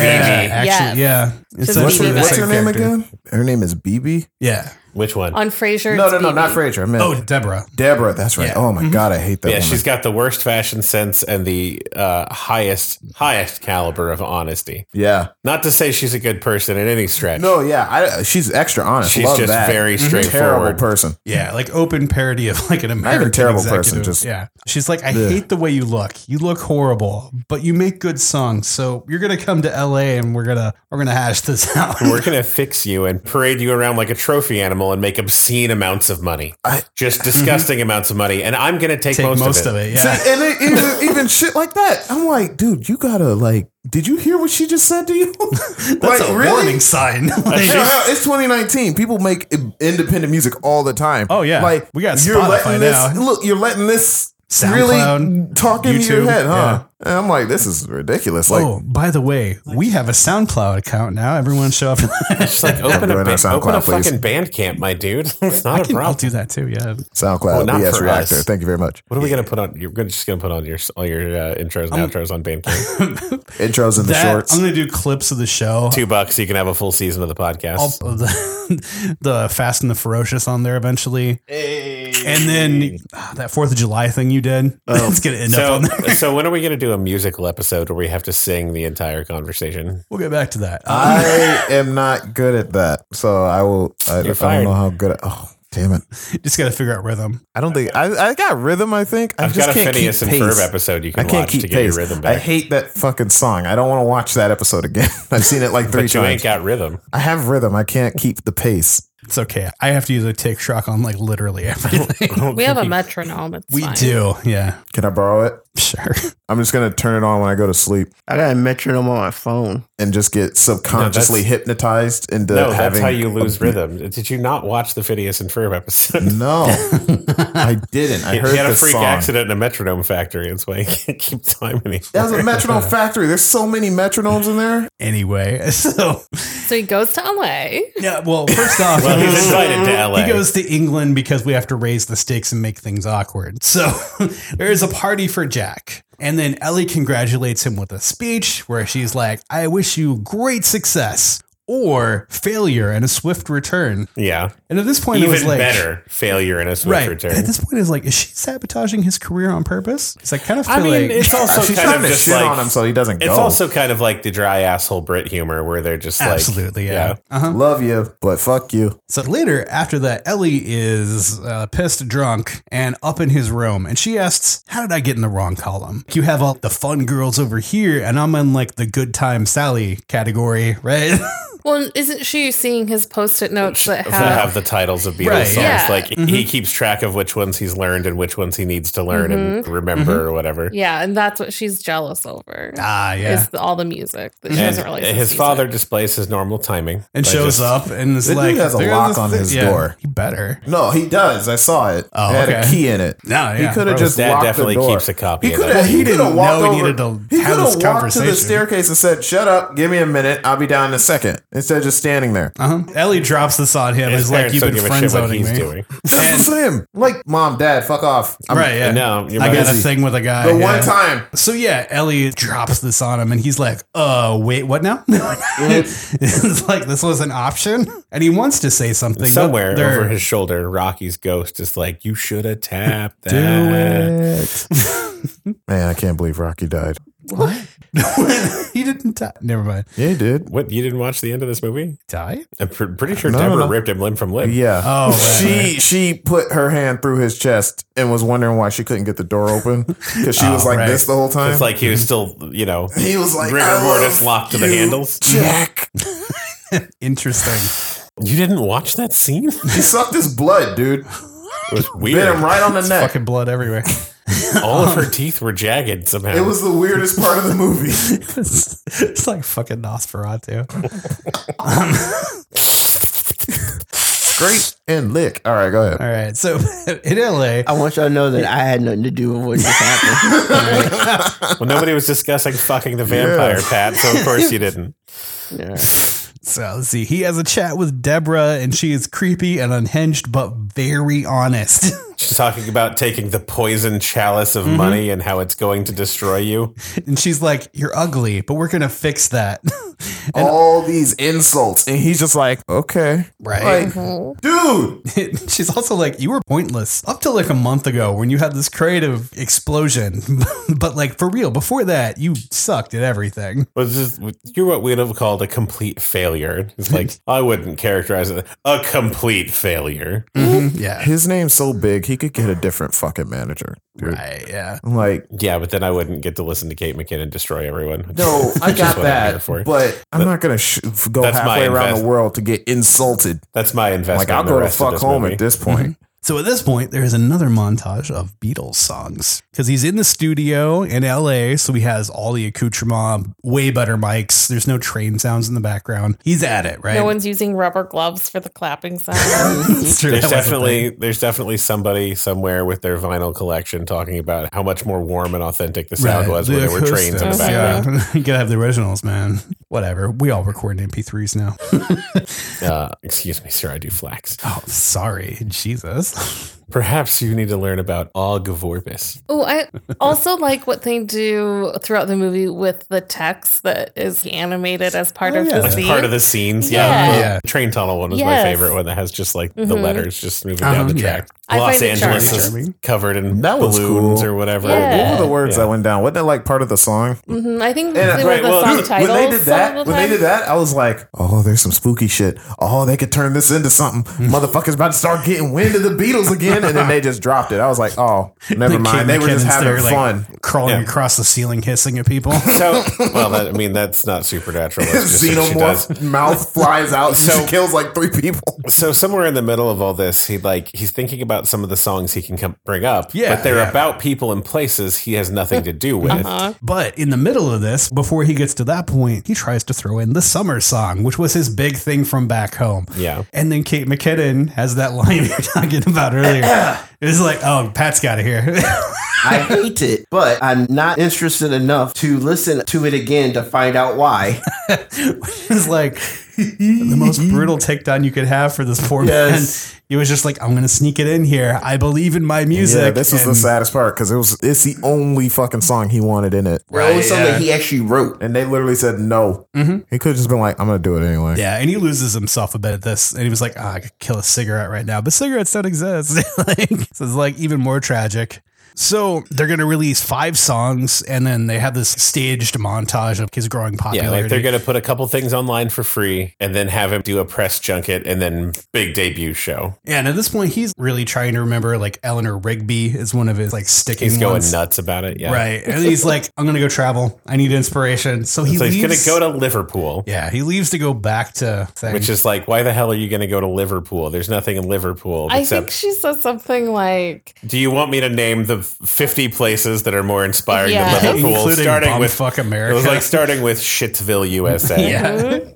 BB. actually, yeah. It's Just What's actually BB. her, the what's same her name character. again? Her name is BB. Yeah. Which one? On Frasier. No, it's no, no, BB. not Fraser. I meant Oh, Deborah. Deborah. That's right. Oh my god, I hate that. yeah, woman. she's got the worst fashion sense and the uh, highest highest caliber of honesty. yeah. Not to say she's a good person in any stretch. No, yeah. I, she's extra honest. She's Love just that. Mm-hmm. very Terrible straightforward. person. Yeah, like open parody of like an American terrible executive. person, just- yeah. She's like, I hate the way you look. You look horrible, but you make good songs. So you're gonna come to L.A. and we're gonna we're gonna hash this out. We're gonna fix you and parade you around like a trophy animal and make obscene amounts of money, I- just disgusting amounts of money, and I'm gonna take, Take most, of it. Yeah. See, and it, even, even shit like that. I'm like, dude, you gotta like. Did you hear what she just said to you? That's like, a warning sign. Like, Hell, hell, it's 2019. People make independent music all the time. Oh, yeah. like We got you're Spotify letting this. now. Look, you're letting this really SoundCloud, talk into your YouTube, head, huh? And I'm like, this is ridiculous. Like, oh, by the way, we have a SoundCloud account now. Everyone show up. It's like open do a, it on ba- open a SoundCloud, please. fucking band camp, my dude. it's not a I'll problem. do that too. Yeah. SoundCloud, Oh, not BS for reactor. us. Thank you very much. What are we gonna put on? You're gonna- just gonna put on your all your uh, intros and outros on Bandcamp. Intros in the That, shorts. I'm gonna do clips of the show. Two bucks, you can have a full season of the podcast. I'll put the, the Fast and the Ferocious on there eventually, and then ah, that Fourth of July thing you did. it's gonna end up Oh. so, on there. so when are we going to do a musical episode where we have to sing the entire conversation? We'll get back to that. Uh, I am not good at that, so I will. I, I You're don't fired. know how good. I, oh, damn it! just got to figure out rhythm. I don't think I. I got rhythm. I think I I've just got a can't Phineas keep and pace. Ferb episode you I can can't watch to keep get pace. your rhythm back. I hate that fucking song. I don't want to watch that episode again. I've seen it like three but you ain't times. got rhythm. I have rhythm. I can't keep the pace. It's okay. I have to use a tick shock on like literally everything. We have a metronome. It's we fine. do. Yeah. Can I borrow it? Sure. I'm just gonna turn it on when I go to sleep I got a metronome on my phone. and just get subconsciously No, that's- hypnotized into No, having. that's how you lose rhythm. Did you not watch the Phineas and Ferb episode? No, I didn't. I He heard had a this freak song. accident in a metronome factory. That's why he can't keep timing it. That was a metronome factory. There's so many metronomes in there. Anyway, so So he goes to LA. yeah. Well, first off, Well, he he's goes- uh, invited to LA. He goes to England because we have to raise the stakes and make things awkward. So there is a party for Jack. And then Ellie congratulates him with a speech where she's like, I wish you great success or failure and a swift return. yeah, And at this point, it was even like, better failure in a swift Right. return. And at this point, it's like, is she sabotaging his career on purpose? It's like kind of feel I mean, like it's also She's kind of trying to just shit like on him so he doesn't it's go. also kind of like the dry asshole Brit humor where they're just absolutely like yeah. Uh-huh. Love you, but fuck you. So later, after that, Ellie is uh, pissed drunk and up in his room, and she asks, "How did I get in the wrong column? You have all the fun girls over here, and I'm in like the good time Sally category, right?" Well, isn't she seeing his post-it notes that that have have? the titles of Beatles Right, songs. yeah. Like Mm-hmm. he keeps track of which ones he's learned and which ones he needs to learn and remember Mm-hmm. or whatever. Mm-hmm. Yeah, and that's what she's jealous over. ah, yeah, Is the, all the music that she And doesn't really his father displays his normal timing and by shows just- up and is The dude like, has a "There's lock this on thing-" his Yeah, door. He better. No, he does. I saw it. Oh, it had okay. a key in it. No, yeah, he could have bro. just Dad locked definitely the door. keeps a copy He of could that. have. He He could didn't have walked know he over. needed to He have this could have walked to the conversation. staircase and said, "Shut up, give me a minute. I'll be down in a second. Instead of just standing there. Uh-huh. Ellie drops this on him. His Is like, parents "You've don't been give a friend shit what zoning he's me." doing. That's the same. Like, mom, dad, fuck off. I'm- Right? Yeah. No, you're I right. got a Busy. thing with a guy. The yeah. one time So yeah, Ellie drops this on him, and he's like, "Uh, wait, what now?" Mm-hmm. it's like this was an option, and he wants to say something but Somewhere they're- over his shoulder, Rocky's ghost is like, "You should have tapped that." Do it. Man, I can't believe Rocky died. he didn't die. Never mind. Yeah, he did. What you didn't watch the end of this movie? Die? I'm pr- pretty sure No, Deborah no. ripped him limb from limb. Yeah. Oh, right, she right. she put her hand through his chest and was wondering why she couldn't get the door open because she was Oh, like right. this the whole time. It's like he was still, you know, he was like, rigor "I mortis love locked to the you, handles." Jack, Interesting. You didn't watch that scene? he sucked his blood, dude. It was Bit weird. him right on the neck. Fucking blood everywhere. All of her teeth were jagged somehow. It was the weirdest part of the movie. it's, it's like fucking Nosferatu. Great and lick. All right, go ahead. All right. So in LA, I want y'all to know that I had nothing to do with what just happened. well, nobody was discussing fucking the vampire, Pat. So of course you didn't. Yeah. so let's see. He has a chat with Deborah, and she is creepy and unhinged, but very honest. She's talking about taking the poison chalice Mm-hmm. of money and how it's going to destroy you. and she's like, "You're ugly, but we're gonna fix that." All these insults, and he's just like, okay, Right. Like, dude. She's also like, you were pointless up to like a month ago when you had this creative explosion. but like for real, before that, you sucked at everything. Was this, you're what we'd have called a complete failure. It's like I wouldn't characterize it a complete failure. Yeah. His name's so big, he could get a different fucking manager. Dude. Right. Yeah. Like, Yeah, but then I wouldn't get to listen to Kate McKinnon destroy everyone. no, I Which is got what I'm here that, for. but I'm not gonna sh- go That's my halfway around invest- the world to get insulted. That's my like, investment. I'll in the go to rest of fuck this home movie. at this point. So at this point, there is another montage of Beatles songs because he's in the studio in LA. So he has all the accoutrement, way better mics. There's no train sounds in the background. He's at it, right? No one's using rubber gloves for the clapping sound. It's true, There's that was a definitely thing. there's definitely somebody somewhere with their vinyl collection talking about how much more warm and authentic the sound Right, was when there were trains in the acoustics, background. Yeah. you gotta have the originals, man. Whatever. We all record in MP3s now. Uh, excuse me, sir, I do flax. Oh, sorry, Jesus. Perhaps you need to learn about Og Vorbis. oh, I also like what they do throughout the movie with the text that is animated as part Oh, of yeah. the As scene. Part of the scenes, Yeah. yeah. The Yeah. Train tunnel one was my Yes. favorite one that has just like the Mhm. letters just moving Uh-huh, down the yeah. track. I Los find it Angeles charming. is covered in That was balloons cool. or whatever. What Yeah. were the words Yeah. that went down? Wasn't that like part of the song? Mhm, I think Yeah, they right, were the well, song dude, titles. when they did some of that, the when they time. did that, I was like, "Oh, there's some spooky shit. Oh, they could turn this into something. Motherfuckers about to start getting wind of the Beatles again." in, and then they just dropped it. I was like, oh, never mind. They were just having fun. crawling Yeah. across the ceiling, hissing at people. So, well, that, I mean, that's not supernatural. That's just what she does. Xenomorph mouth flies out. So- she kills like three people. So somewhere in the middle of all this, he like he's thinking about some of the songs he can come, bring up. Yeah, but they're yeah. about people and places he has nothing to do with. Uh-huh. But in the middle of this, before he gets to that point, he tries to throw in the summer song, which was his big thing from back home. Yeah. And then Kate McKinnon has that line you're talking about earlier. it was like, oh, Pat's got it here. I hate it, but I'm not interested enough to listen to it again to find out why. it's like the most brutal takedown you could have for this poor Yes. man. He was just like, I'm going to sneak it in here. I believe in my music. Yeah, this was the And- saddest part because it was it's the only fucking song he wanted in it, Right, it was something yeah. he actually wrote. and they literally said no. He could have just been like, I'm gonna do it anyway. Yeah, and he loses himself a bit at this, and he was like, "Ah, "I could kill a cigarette right now," but cigarettes don't exist. like, so it's like even more tragic. So they're gonna release five songs, and then they have this staged montage of his growing Yeah, popularity. like they're going to put a couple things online for free and then have him do a press junket and then big debut show. and at this point, he's really trying to remember. Like Eleanor Rigby is one of his like sticking. He's going ones. nuts about it. Yeah. right? And he's like, "I'm gonna go travel. I need inspiration." So he So he's going leaves. to go to Liverpool, yeah, he leaves to go back to thing. which is like, why the hell are you going to go to Liverpool? There's nothing in Liverpool I think except. she said something like, do you want me to name the 50 places that are more inspiring Yeah. than Liverpool? including Starting with fuck it America. was like starting with Shittsville, USA. yeah. "Hmm?"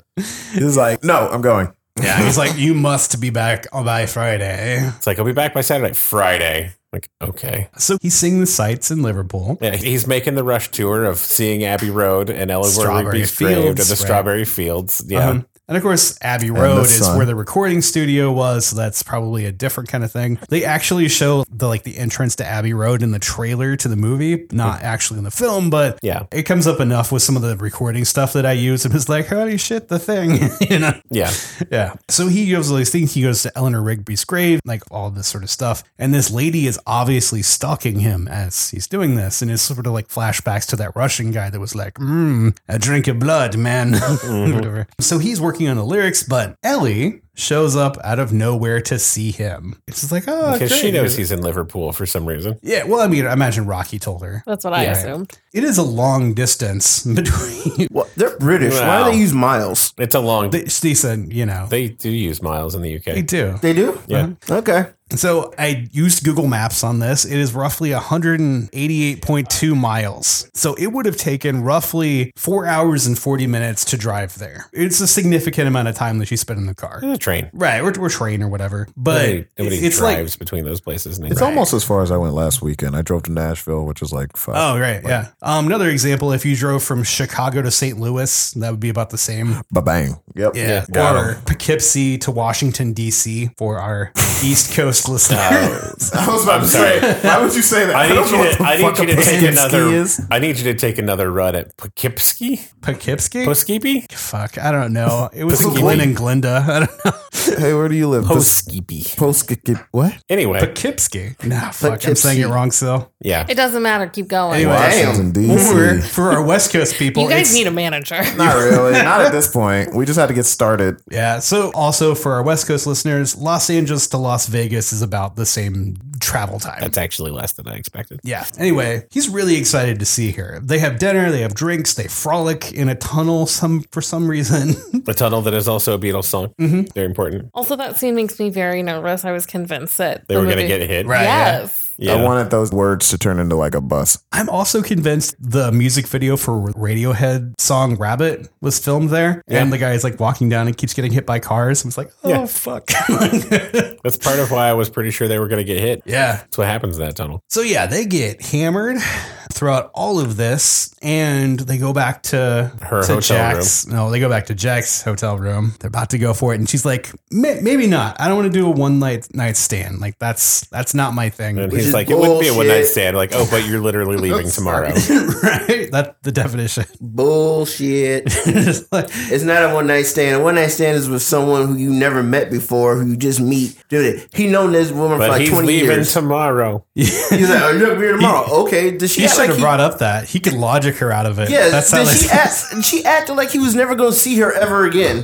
He was like, no, I'm going. Yeah, he's like, you must be back by Friday. It's like I'll be back by Saturday, Friday. Like okay, So he's seeing the sights in Liverpool. yeah, he's making the rush tour of seeing Abbey Road and Eleanor Strawberry Rigby's grave and the Fields, right. Strawberry Fields. Yeah, Um, and of course, Abbey the Road is sun. where the recording studio was, so that's probably a different kind of thing. They actually show the like the entrance to Abbey Road in the trailer to the movie, not actually in the film, but yeah, it comes up enough with some of the recording stuff that I use. It was like, holy shit, the thing, you know? yeah. Yeah. So he goes to these things. He goes to Eleanor Rigby's grave, like all this sort of stuff. And this lady is obviously stalking him as he's doing this. And it's sort of like flashbacks to that Russian guy that was like, mmm, a drink of blood, man. Mm-hmm. Whatever. So he's working on the lyrics, but Ellie shows up out of nowhere to see him. It's just like, oh, Because she great. knows he's in Liverpool for some reason. Yeah. Well, I mean, I imagine Rocky told her. that's what I Yeah. assumed. It is a long distance between. Well, they're British. Why Wow. do they use miles? It's a long. They, they, she said, you know, they, do use miles in the UK. do. They do? Mm-hmm. yeah, Okay. So I used Google Maps on this. It is roughly 188.2 miles. So it would have taken roughly four hours and 40 minutes to drive there. It's a significant amount of time that she spent in the car. In a train. Right, or, or train or whatever. But Nobody, nobody it's like, drives between those places. In It's England. almost as far as I went last weekend. I drove to Nashville, which is like five. oh, right, yeah. Um, another example, if you drove from Chicago to St. Louis, that would be about the same. Ba bang. Yep. Yeah. Got or Poughkeepsie to Washington, D.C. for our East Coast listeners. I was about to sorry. say, why would you say that? I need don't know you what to, the I need fuck you a to take Poughkeepsie another. is. I need you to take another run at Poughkeepsie, Poughkeepsie? Poughkeepsie, Fuck, I don't know. It was in Poughkeepsie. Glen and Glinda. I don't know. Hey, where do you live? Poughkeepsie. Post what? Anyway, Poughkeepsie. Nah, fuck. I'm saying Poughkeepsie. it wrong still. yeah, It doesn't matter. Keep going. Anyway, Washington For, D.C. for our West Coast people, you guys it's- need a manager. Not really. Not at this point. We just had to get started. yeah. So also for our West Coast listeners, Los Angeles to Las Vegas is about the same travel time. that's actually less than I expected. yeah. Anyway, he's really excited to see her. They have dinner, they have drinks, they frolic in a tunnel some for some reason. The tunnel that is also a Beatles song. Very important. Also, that scene makes me very nervous. I was convinced that They the were going to movie- get hit. Right. yeah. Yes. Yeah. I wanted those words to turn into like a bus. I'm also convinced the music video for Radiohead song Rabbit was filmed there. And the guy is like walking down and keeps getting hit by cars. I was like, oh, Yeah. fuck. That's part of why I was pretty sure they were going to get hit. yeah. That's what happens in that tunnel. So yeah, they get hammered throughout all of this, and they go back to Her to hotel Jack's. No, they go back to Jack's hotel room. They're about to go for it, and she's like, "Ma- "Maybe not. I don't want to do a one night night stand. Like that's that's not my thing." And Which he's is like, it wouldn't be a one night bullshit. stand. Like, oh, but you're literally leaving tomorrow. right? That's the definition. Bullshit. It's like- It's not a one night stand. A one night stand is with someone who you never met before, who you just meet. Dude, he known this woman for But like he's twenty leaving years. tomorrow. he's like, oh, you're gonna be here tomorrow. okay, does she he act should like have he- brought up that he could logic her out of it. Yeah, that's did they- she act? She acted like he was never gonna see her ever again.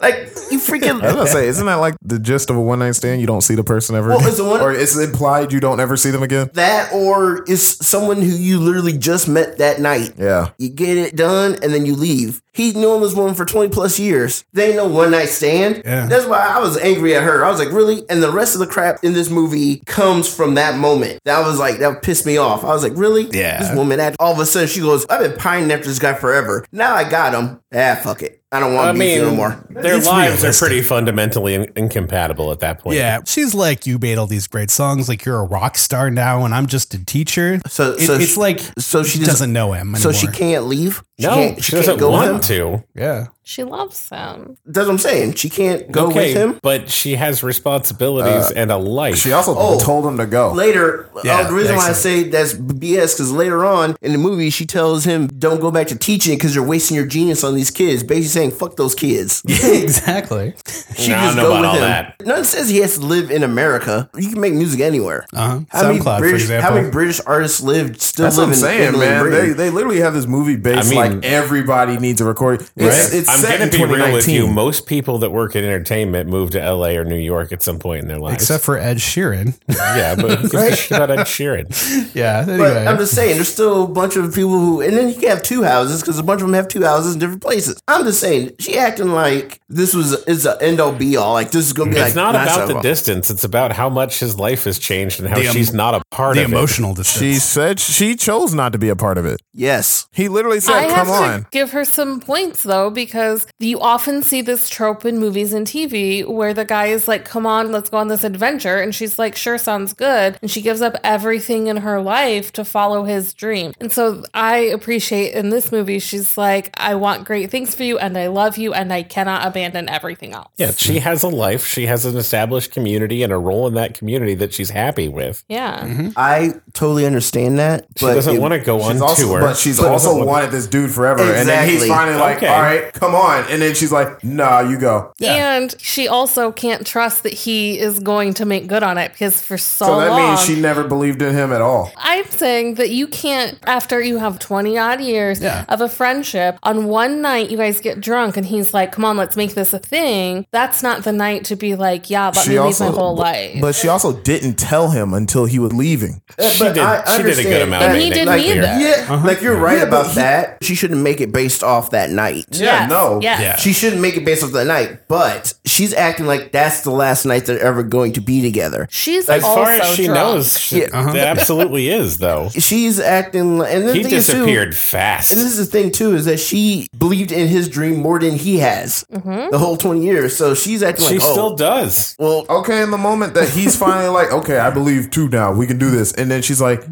Like you freaking. I was gonna say, isn't that like the gist of a one night stand? You don't see the person ever, Well, again? it's a one- or it's implied you don't ever see them again. that or is someone who you literally just met that night. Yeah, You get it done and then you leave. He's known this woman for 20 plus years. They ain't no one night stand. Yeah. That's why I was angry at her. I was like, really? And the rest of the crap in this movie comes from that moment. That was like, that pissed me off. I was like, really? Yeah. This woman, act- all of a sudden, she goes, I've been pining after this guy forever. Now I got him. Ah, fuck it. I don't want I to be mean, no more. their It's lives realistic. are pretty fundamentally in- incompatible at that point. Yeah, she's like, you made all these great songs, like you're a rock star now, and I'm just a teacher. So, It, so it's she- like so she she doesn't know him. So Anymore. she can't leave. She No, can't, she, doesn't him? want to. Yeah, She loves him. That's what I'm saying. She can't go okay, with him. Uh, but she has responsibilities and a life. she also Oh. told him to go. Later, Yeah, uh, the reason why I excellent. say that's BS because later on in the movie, she tells him, "Don't go back to teaching because you're wasting your genius on these kids." Basically saying, "Fuck those kids." exactly. She No, I don't just know go about with all him. that. No one says he has to live in America. You can make music anywhere. Uh-huh. How many SoundCloud, for British, example. how many British artists live still That's live what I'm in saying, England and man. They, Britain? they literally have this movie based I mean- like everybody needs a record. It's, it's I'm set gonna in be real with you. 2019. Most people that work in entertainment move to LA or New York at some point in their lives. Except for Ed Sheeran. yeah, but who gives a shit about Ed Sheeran. yeah. Anyway. but I'm just saying, there's still a bunch of people who, and then you can have two houses because a bunch of them have two houses in different places. I'm just saying, she acting like this was is an end all be all. Like this is gonna be like It's not that's about the how- distance. It's about how much his life has changed and how The em- she's not a part the of emotional distance. She said she chose not to be a part of it. Yes, He literally I said, "Come have to on." give her some points though, because you often see this trope in movies and TV where the guy is like, "Come on, let's go on this adventure," and she's like, "Sure, sounds good," and she gives up everything in her life to follow his dream. And so I appreciate in this movie, she's like, "I want great things for you, and I love you, and I cannot abandon everything else." it. Yeah, she has a life. She has an established community and a role in that community that she's happy with. Yeah. Mm-hmm. I totally understand that, but She doesn't it- want to go on She's also, tour. but she's She doesn't also want- wanted this dude forever, and then he's Exactly. finally like, Okay. "All right, come on," and then she's like, "Nah, you go." And she also can't trust that he is going to make good on it because for so, So that long means she never believed in him at all. I'm saying that you can't, after you have 20 odd years Yeah. of a friendship, on one night you guys get drunk and he's like, come on, let's make this a thing. That's not the night to be like, yeah, let me leave my whole bu- life. But she also didn't tell him until he was leaving. She but did- I she did a good understand amount that. of it. He They didn't made Like, it clear. either. yeah, Uh-huh. like you're right about that. She shouldn't make it based off that night. Yes, no. yes. Yeah. She shouldn't make it based off that night, but she's acting like that's the last night they're ever going to be together. She's As also far as she drunk. knows, she, Yeah. that absolutely is though. She's acting, li- and then He the thing is, too- disappeared fast. And this is the thing too is that she believed in his dream more than he has the whole twenty years. So she's acting she like, oh, still does. well, Okay, in the moment that he's finally like, okay, I believe too now, we can do this. And then she's like,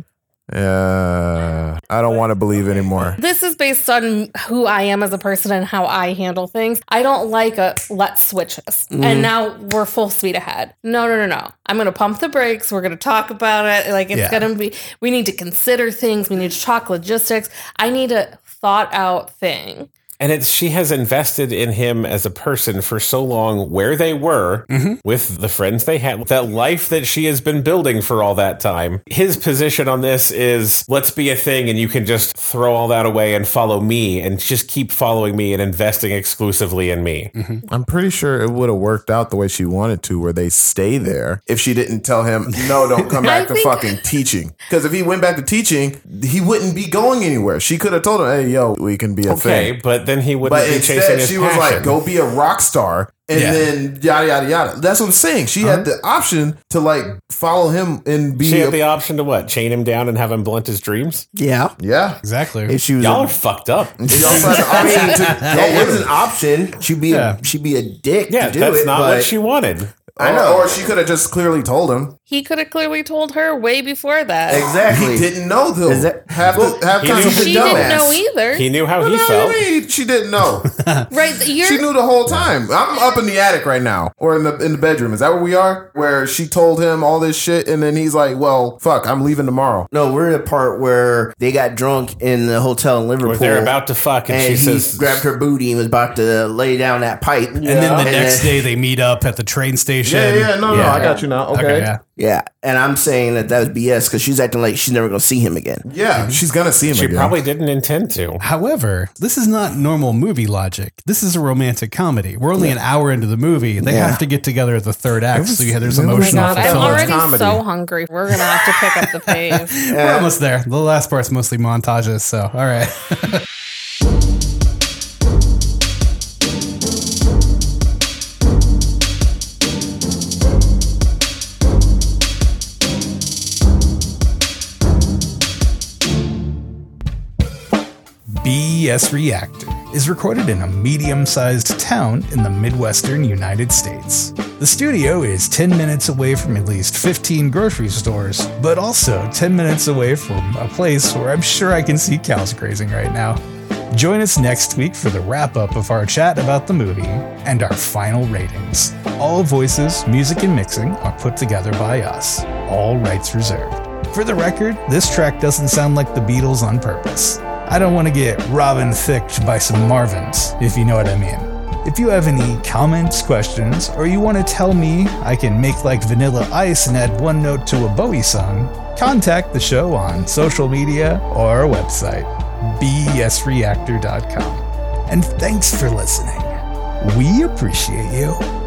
uh, I don't want to believe anymore. This is based on who I am as a person and how I handle things. I don't like a let's switch this. Mm-hmm. And now we're full speed ahead. No, no, no, no. I'm going to pump the brakes. We're going to talk about it. Like it's Yeah. going to be, we need to consider things. We need to talk logistics. I need a thought out thing. And it's she has invested in him as a person for so long where they were Mm-hmm. with the friends they had, that life that she has been building for all that time. His position on this is let's be a thing and you can just throw all that away and follow me and just keep following me and investing exclusively in me. I'm pretty sure it would have worked out the way she wanted to, where they stay there if she didn't tell him, no, don't come I back to think- fucking teaching. Because if he went back to teaching, he wouldn't be going anywhere. She could have told him, hey, yo, we can be a Okay, thing. but then he wouldn't But be chasing instead, his she was passion. like, go be a rock star. And Yeah. then yada, yada, yada. That's what I'm saying. She had the option to like follow him and be she a- had the option to what? Chain him down and have him blunt his dreams? yeah, Yeah. exactly. if she was. Y'all a- are fucked up. She also had the option to that go was with an it. option. She'd be Yeah. a, she'd be a dick Yeah, to do that's it. not but what she wanted. I know. Or she could have just clearly told him. He could have clearly told her way before that. exactly He didn't know though. Is that- half Well, the, half he times knew- he's a She Dumbass. didn't dumbass. know either. He knew how he What do felt. you mean She didn't know. right. You're, she knew the whole time. I'm up in the attic right now, or in the in the bedroom. Is that where we are? Where she told him all this shit, and then he's like, "Well, fuck, I'm leaving tomorrow." No, we're in a part where they got drunk in the hotel in Liverpool. Or they're about to fuck, and, and she he says, grabbed her booty and was about to lay down that pipe. and then the next day they meet up at the train conversation. Yeah, yeah, Oh, no, no, Yeah. I got you now. Okay. Okay, yeah. Yeah, and I'm saying that that was BS because she's acting like she's never gonna see him again. Yeah, she's gonna see him She again. probably didn't intend to. However, this is not normal movie logic. This is a romantic comedy. We're only an hour into the movie. They Yeah. have to get together at the third act, so yeah, there's oh my emotional God, I'm Sounds fulfillment. already comedy. so hungry. We're gonna have to pick up the pace. We're almost there. The last part's mostly montages, so all right. BS E Reactor is recorded in a medium sized town in the Midwestern United States. The studio is 10 minutes away from at least 15 grocery stores, but also 10 minutes away from a place where I'm sure I can see cows grazing right now. Join us next week for the wrap up of our chat about the movie and our final ratings. All voices, music, and mixing are put together by us, all rights reserved. For the record, this track doesn't sound like the Beatles on purpose. I don't want to get Robin thicked by some Marvins, if you know what I mean. If you have any comments, questions, or you want to tell me I can make like Vanilla Ice and add one note to a Bowie song, contact the show on social media or our website, E bsreactor.com. And thanks for listening. We appreciate you.